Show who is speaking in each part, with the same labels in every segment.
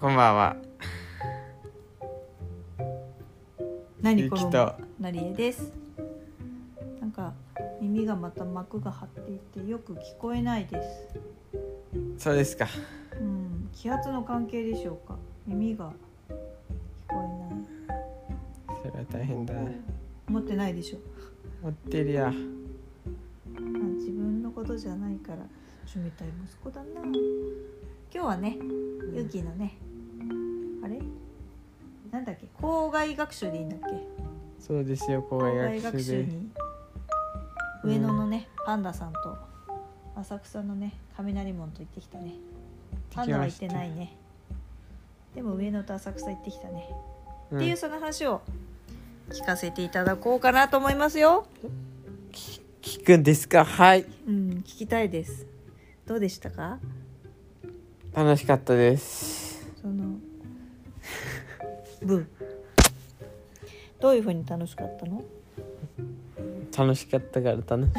Speaker 1: こんばんは。
Speaker 2: 何
Speaker 1: ゆ
Speaker 2: こ
Speaker 1: き
Speaker 2: の
Speaker 1: と
Speaker 2: なりえですなんか耳がまた膜が張っていてよく聞こえないです
Speaker 1: そうですか。
Speaker 2: うん気圧の関係でしょうか耳が聞こえない
Speaker 1: それは大変だ。
Speaker 2: 持ってないでしょ
Speaker 1: 持ってるや。
Speaker 2: あ自分のことじゃないから冷たい息子だな今日はねゆきのねあれなんだっけ校外学習でいいんだっけ
Speaker 1: そうですよ、校
Speaker 2: 校
Speaker 1: 外
Speaker 2: 外
Speaker 1: 学
Speaker 2: 学
Speaker 1: 習
Speaker 2: 習
Speaker 1: で。
Speaker 2: に上野のね、パンダさんと浅草のね雷門と行ってきたねパンダは行ってないねでも上野と浅草行ってきたね、
Speaker 1: うん
Speaker 2: っていうその話を聞かせていただこうかなと思いますよ
Speaker 1: 聞くんですか。はい。
Speaker 2: うん聞きたいですどうでしたか
Speaker 1: 楽しかったです。
Speaker 2: その ブーどういうふうに楽しかったの
Speaker 1: 楽しかったから楽しい。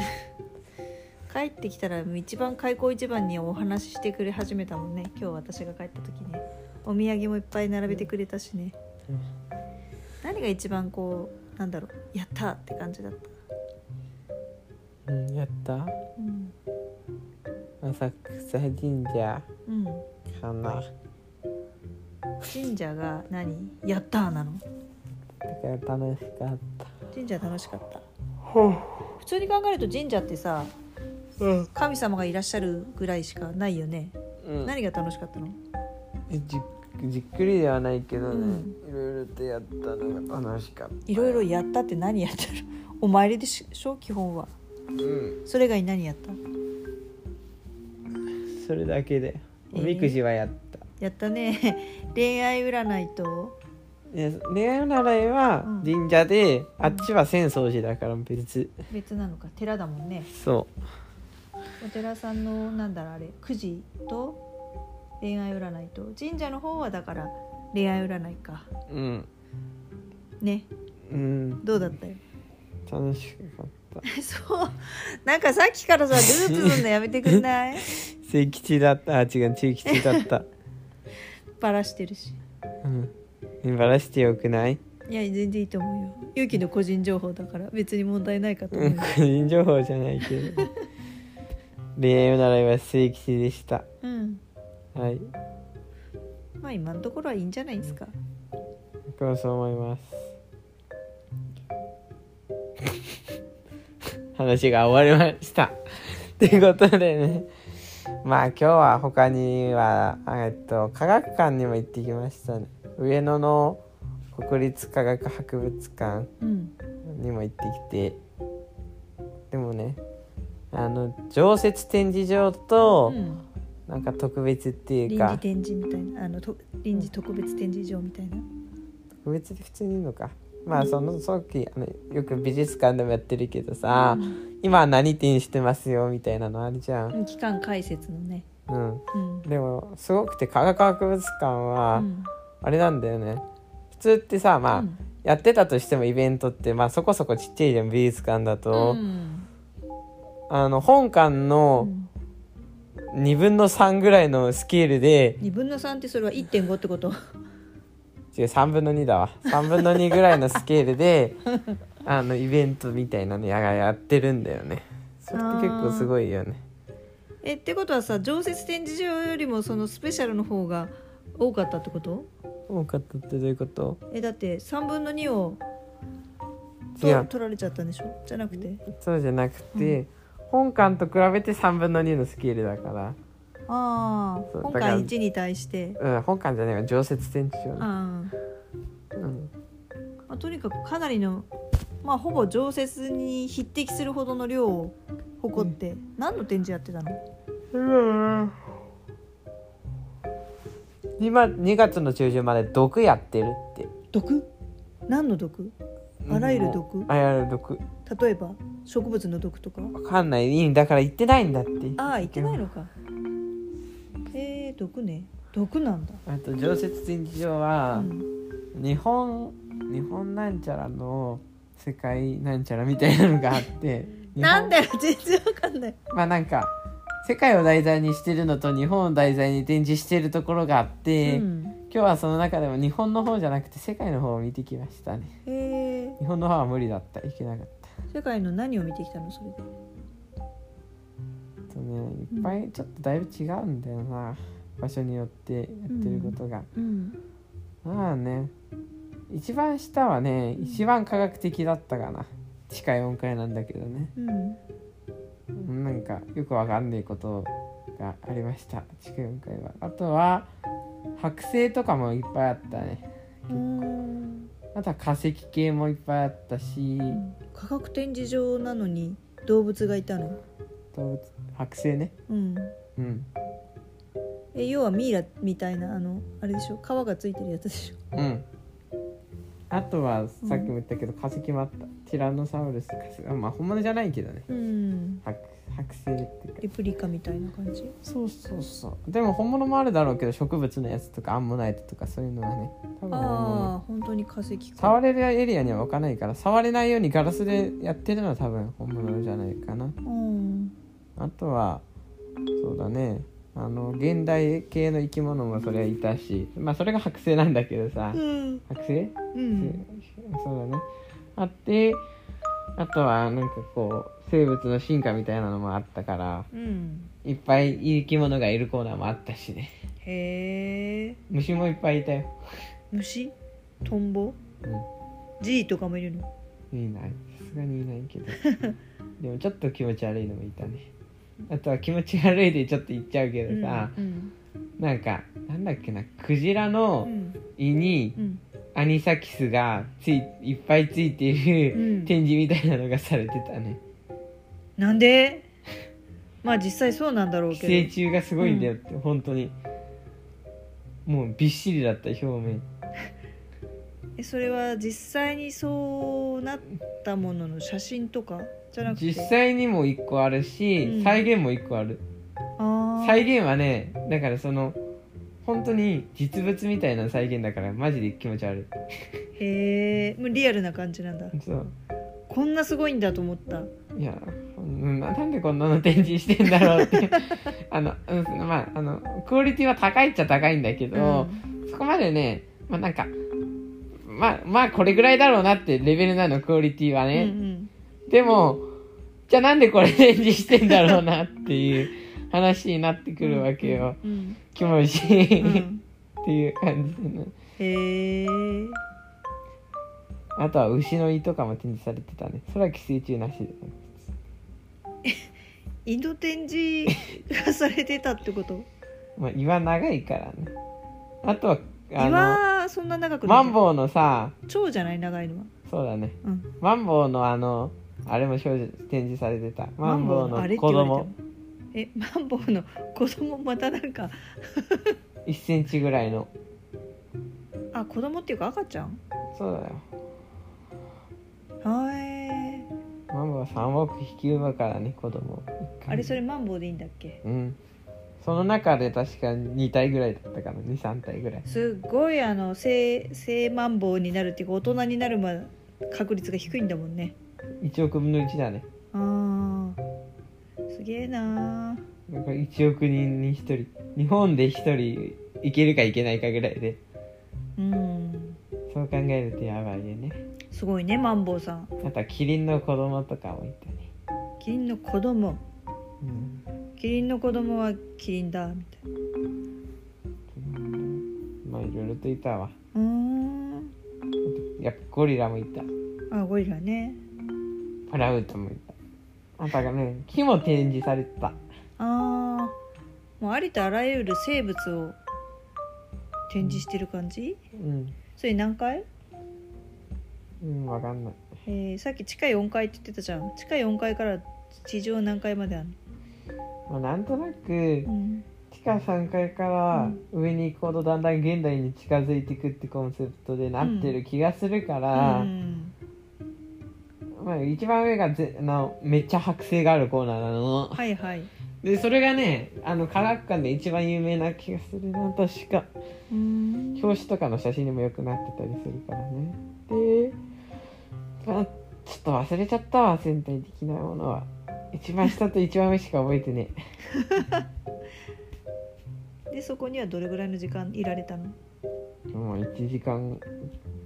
Speaker 2: 帰ってきたら一番開口一番にお話ししてくれ始めたもんね今日私が帰った時ねお土産もいっぱい並べてくれたしね、
Speaker 1: うん
Speaker 2: 何が一番こうなんだろうやったって感じだった、
Speaker 1: うん、やった。
Speaker 2: うん
Speaker 1: 浅草神社
Speaker 2: うん、
Speaker 1: かな。
Speaker 2: 神社が何やったなの
Speaker 1: だから楽しかった。
Speaker 2: 神社楽しかった
Speaker 1: ほ
Speaker 2: 普通に考えると神社ってさ
Speaker 1: う。うん。
Speaker 2: 神様がいらっしゃるぐらいしかないよね、
Speaker 1: うん。
Speaker 2: 何が楽しかったの
Speaker 1: じじっくりではないけどね、いろ
Speaker 2: う
Speaker 1: いろとやったのが楽しかった
Speaker 2: いろいろやったって何やったのお参りでしょ基本は
Speaker 1: うん
Speaker 2: それ以外に何やった
Speaker 1: それだけでおみくじはやった、
Speaker 2: やったね 恋愛占いと
Speaker 1: いや恋愛占いは
Speaker 2: うん
Speaker 1: 神社で、あっちは浅草寺だから別
Speaker 2: 別なのか寺だもんね
Speaker 1: そ
Speaker 2: お寺さんのなんだろうあれくじと恋愛占いと神社の方はだから恋愛占いか
Speaker 1: ううん
Speaker 2: ね
Speaker 1: うん
Speaker 2: どうだったよ
Speaker 1: 楽しかった
Speaker 2: そうなんかさっきからさループすんのやめてくんない
Speaker 1: 聖吉だったあ違う中吉だった
Speaker 2: バラしてるし
Speaker 1: うんバラしてよくない
Speaker 2: いや全然いいと思うよ勇気の個人情報だから別に問題ないかと思
Speaker 1: う
Speaker 2: うん
Speaker 1: 個人情報じゃないけ ど恋愛占いは聖吉でした
Speaker 2: うん
Speaker 1: はい
Speaker 2: まあ今のところはいいんじゃないですか
Speaker 1: 僕はそう思います 話が終わりました ということでねまあ今日は他にはえっと科学館にも行ってきましたね上野の国立科学博物館
Speaker 2: うん
Speaker 1: にも行ってきてでもねあの常設展示場と、
Speaker 2: うん
Speaker 1: なんか特別っていう
Speaker 2: 臨時
Speaker 1: か
Speaker 2: 展示みたいなあのと臨時特別展示場みたいな
Speaker 1: 特別で普通にいいのかまあその時あのよく美術館でもやってるけどさ、
Speaker 2: うん
Speaker 1: 今は何展してますよみたいなのあるじゃん、
Speaker 2: 期間解説のね
Speaker 1: うん、
Speaker 2: うん
Speaker 1: でもすごくて科学博物館
Speaker 2: う
Speaker 1: は
Speaker 2: ん
Speaker 1: あれなんだよね、普通ってさまあ、
Speaker 2: うん
Speaker 1: やってたとしてもイベントって、まあ、そこそこちっちゃいじゃん美術館だと、
Speaker 2: うん
Speaker 1: あの本館
Speaker 2: う
Speaker 1: の
Speaker 2: ん
Speaker 1: 2分の3ぐらいのスケールで、
Speaker 2: 2分の3ってそれは1.5ってこと
Speaker 1: 違う3分の2だわ3分の2ぐらいのスケール であのイベントみたいなのややってるんだよねそれって結構すごいよね
Speaker 2: えってことはさ常設展示場よりもそのスペシャルの方が多かったってこと
Speaker 1: 多かったってどういうこと
Speaker 2: えだって3分の2を
Speaker 1: 違
Speaker 2: と
Speaker 1: う
Speaker 2: 取られちゃったんでしょじゃなくて
Speaker 1: そうじゃなくて、本館と比べて3分の2のスケールだか
Speaker 2: ああ
Speaker 1: そう
Speaker 2: 今
Speaker 1: だから
Speaker 2: 回1に対して
Speaker 1: ら、うん、本館じゃないわ常設展示場、
Speaker 2: あー、
Speaker 1: うん、
Speaker 2: まあ、とにかくかなりのまあほぼ常設に匹敵するほどの量を誇って、何の展示やってたの
Speaker 1: 今2月の中旬まで毒やってるって
Speaker 2: 毒何の毒あらゆる毒
Speaker 1: うんあらゆる毒
Speaker 2: 例えば植物の毒とか
Speaker 1: わかんないいいだから行ってないんだって
Speaker 2: ああ行ってないのかえー、毒ね毒なんだ、
Speaker 1: あと常設展示場
Speaker 2: う
Speaker 1: は、
Speaker 2: ん、
Speaker 1: 日本日本なんちゃらの世界なんちゃらみたいなのがあって日本
Speaker 2: なんだよ全然わかんない
Speaker 1: まあなんか世界を題材にしてるのと日本を題材に展示してるところがあって、
Speaker 2: うん
Speaker 1: 今日はその中でも日本の方じゃなくて世界の方を見てきましたね
Speaker 2: へえ
Speaker 1: 日本の方は無理だった行けなかった
Speaker 2: 世界の何を見てきたのそれで
Speaker 1: とねいっぱいちょっとだいぶ違うんだよな場所によってやってることが、
Speaker 2: うん
Speaker 1: まあね一番下はね一番科学的だったかな地下4階なんだけどね
Speaker 2: うん
Speaker 1: なんかよくわかんないことがありました地下4階はあとは剥製とかもいっぱいあったね
Speaker 2: うん
Speaker 1: あとは化石系もいっぱいあったし
Speaker 2: 科学展示場なのに動物がいたの
Speaker 1: 動物剥製ね
Speaker 2: うん
Speaker 1: うん
Speaker 2: え要はミイラみたいなあのあれでしょ皮がついてるやつでしょ
Speaker 1: うんあとはさっきも言ったけど化石もあった、ティラノサウルス化石あまあ本物じゃないけどね
Speaker 2: うん
Speaker 1: 剥剥製っていうか
Speaker 2: レプリカみたいな感じ
Speaker 1: そうそうそうでも本物もあるだろうけど植物のやつとかアンモナイトとかそういうのはね多分本
Speaker 2: ああ
Speaker 1: 物
Speaker 2: 本当に化石か
Speaker 1: 触れるエリアには置かないから触れないようにガラスでやってるのは多分本物じゃないかな
Speaker 2: うん
Speaker 1: あとはそうだねあの現代系の生き物もそれはいたしまあそれが剥製なんだけどさ
Speaker 2: うん
Speaker 1: 剥製
Speaker 2: うん
Speaker 1: そうだねあってあとはなんかこう生物の進化みたいなのもあったから
Speaker 2: うん
Speaker 1: いっぱい生き物がいるコーナーもあったしね
Speaker 2: へえ
Speaker 1: 虫もいっぱいいたよ、
Speaker 2: 虫トンボ
Speaker 1: う
Speaker 2: G とかもいるの
Speaker 1: ん、いないさすがにいない けどでもちょっと気持ち悪いのもいたねあとは気持ち悪いでちょっと言っちゃうけどさ、
Speaker 2: うん
Speaker 1: なんかなんだっけなクジラ
Speaker 2: う
Speaker 1: の
Speaker 2: ん
Speaker 1: 胃に
Speaker 2: うん
Speaker 1: アニサキスがついいっぱいついている
Speaker 2: うん
Speaker 1: 展示みたいなのがされてたね、
Speaker 2: なんでまあ実際そうなんだろう
Speaker 1: 寄生
Speaker 2: けど
Speaker 1: 虫がすごいんだよって、本当にもうびっしりだった表面
Speaker 2: えそれは実際にそうなったものの写真とかじゃなくて
Speaker 1: 実際にも1個あるし、
Speaker 2: うん
Speaker 1: 再現も1個ある
Speaker 2: あ
Speaker 1: 再現はねだからその本当に実物みたいな再現だからマジで気持ち悪
Speaker 2: ーへえもうリアルな感じなんだ
Speaker 1: いそう
Speaker 2: こんなすごいんだと思った
Speaker 1: いやうんななんでこんなの展示してんだろうって あの、うん、まああのクオリティは高いっちゃ高いんだけど、そこまでねまあなんかまあまあこれぐらいだろうなってレベルなのクオリティは
Speaker 2: う
Speaker 1: ね、
Speaker 2: ん
Speaker 1: でも、じゃあなんでこれ展示してんだろうなっていう話になってくるわけよ。
Speaker 2: うんうん
Speaker 1: キモいし、
Speaker 2: うんうん
Speaker 1: っていう感じでね。
Speaker 2: へえ
Speaker 1: あとは牛の胃とかも展示されてたね。それは寄生虫なしで。
Speaker 2: インド展示がされてたってこと
Speaker 1: まあ、胃は長いからね。あとは、あの、
Speaker 2: 岩そんな長くな
Speaker 1: マ
Speaker 2: い
Speaker 1: ンボウのさ、
Speaker 2: 蝶じゃない長いのは
Speaker 1: そうだね。
Speaker 2: うん
Speaker 1: マンボウのあの、あれも表示展示されてた。マンボウの
Speaker 2: あれって
Speaker 1: 子
Speaker 2: 言われ
Speaker 1: 供
Speaker 2: て、もえマンボウの子供またなんか
Speaker 1: 1センチぐらいの。
Speaker 2: あ子供っていうか赤ちゃん
Speaker 1: そうだよ。
Speaker 2: はえ
Speaker 1: マンボウは3億匹産むからね、子供。
Speaker 2: あれそれマンボウでいいんだっけ
Speaker 1: うんその中で確か2体ぐらいだったかな23体ぐらい
Speaker 2: すっごいあの性性マンボウになるっていうか大人になるまで確率が低いんだもんね
Speaker 1: 1億分の1だね
Speaker 2: あーすげえなー
Speaker 1: だから1億人に1人日本で1人いけるかいけないかぐらいで
Speaker 2: うん
Speaker 1: そう考えるとやばいよね
Speaker 2: すごいねマンボウさん
Speaker 1: あとはキリンの子供とかもいたね、
Speaker 2: キリンの子供
Speaker 1: うん
Speaker 2: キリンの子供はキリンだみたいな
Speaker 1: まあいろいろといたわ
Speaker 2: うーん
Speaker 1: やっぱゴリラもいた
Speaker 2: あゴリラね
Speaker 1: プラウトもいたあとはね木も展示されてた
Speaker 2: あーもうありとあらゆる生物を展示してる感じ
Speaker 1: うん
Speaker 2: それ何階
Speaker 1: うんわかんない
Speaker 2: えーさっき地下4階って言ってたじゃん地下4階から地上何階まである
Speaker 1: まあなんとなく
Speaker 2: の、うん、
Speaker 1: 地下3階から上に行くほどだんだん現代に近づいていくってコンセプトでなってる気がするから、
Speaker 2: うん
Speaker 1: まあ、一番上がぜあのめっちゃ剥製があるコーナーなの
Speaker 2: はいはい
Speaker 1: でそれがねあの科学館で一番有名な気がするな確か
Speaker 2: うん
Speaker 1: 表紙とかの写真にもよくなってたりするからねであちょっと忘れちゃったわ全体的なものは一番下と一番上しか覚えてね
Speaker 2: でそこにはどれぐらいの時間いられたの
Speaker 1: もう1時間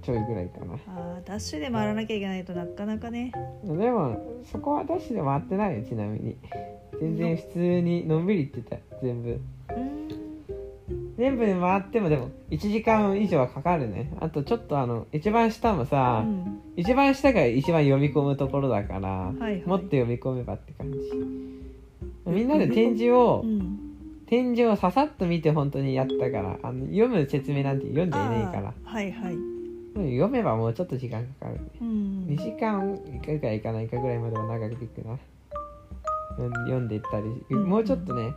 Speaker 1: ちょいぐらいかな
Speaker 2: あーダッシュで回らなきゃいけないとなかなかね
Speaker 1: でもそこはダッシュで回ってないよちなみに全然普通にのんびり行ってた全部
Speaker 2: うーん
Speaker 1: 全部で回ってもでも1時間以上はかかるねあとちょっとあの一番下も
Speaker 2: う
Speaker 1: さ、
Speaker 2: ん
Speaker 1: 一番下が一番読み込むところだから、
Speaker 2: はい
Speaker 1: もっと読み込めばって感じみんなで展示を、
Speaker 2: うん
Speaker 1: 展示をささっと見て本当にやったからあの読む説明なんて読んでいないから
Speaker 2: あーはいはい
Speaker 1: 読めばもうちょっと時間かかるね
Speaker 2: うん
Speaker 1: 2時間いくかいかないかぐらいまでは長くいくな読ん読んでいったり
Speaker 2: うん
Speaker 1: もうちょっとね、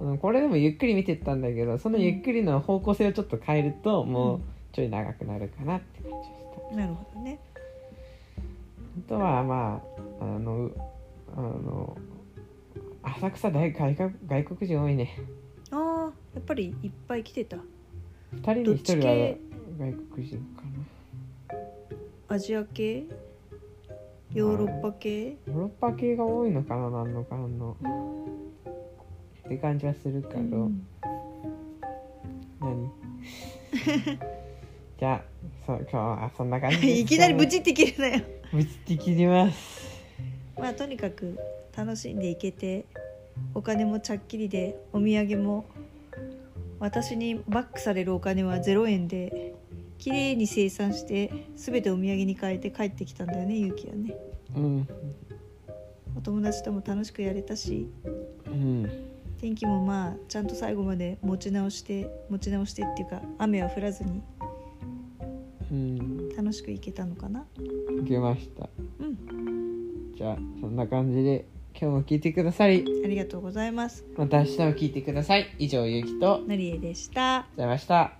Speaker 1: あのこれでもゆっくり見てったんだけどそのゆっくりの方向性をちょっと変えるともうちょい長くなるかなって感じでした
Speaker 2: なるほどね
Speaker 1: あとはまああのあの浅草大外国外国人多いね
Speaker 2: あーやっぱりいっぱい来てた
Speaker 1: 2人に1人
Speaker 2: どっち
Speaker 1: は
Speaker 2: 系
Speaker 1: 外国人かな
Speaker 2: アジア系ヨーロッパ系
Speaker 1: ヨーロッパ系が多いのかななんのかんの
Speaker 2: うーん
Speaker 1: って感じはするけど、
Speaker 2: うん
Speaker 1: 何じゃあそう今日はそんな感じでした
Speaker 2: いきなりブチって切れなよ
Speaker 1: ぶちって切ります
Speaker 2: まあとにかく楽しんでいけてお金もちゃっきりでお土産も私にバックされるお金は0円で綺麗に生産して全てお土産に変えて帰ってきたんだよねゆうきはね
Speaker 1: うん
Speaker 2: お友達とも楽しくやれたし
Speaker 1: うん
Speaker 2: 天気もまあちゃんと最後まで持ち直して持ち直してっていうか雨は降らずに
Speaker 1: うん
Speaker 2: 楽しく行けたのかな
Speaker 1: 受けました
Speaker 2: うん
Speaker 1: じゃあそんな感じで今日も聞いてくださり
Speaker 2: ありがとうございます
Speaker 1: また明日も聞いてください以上ゆうきとありがとう
Speaker 2: のりえでした
Speaker 1: ございました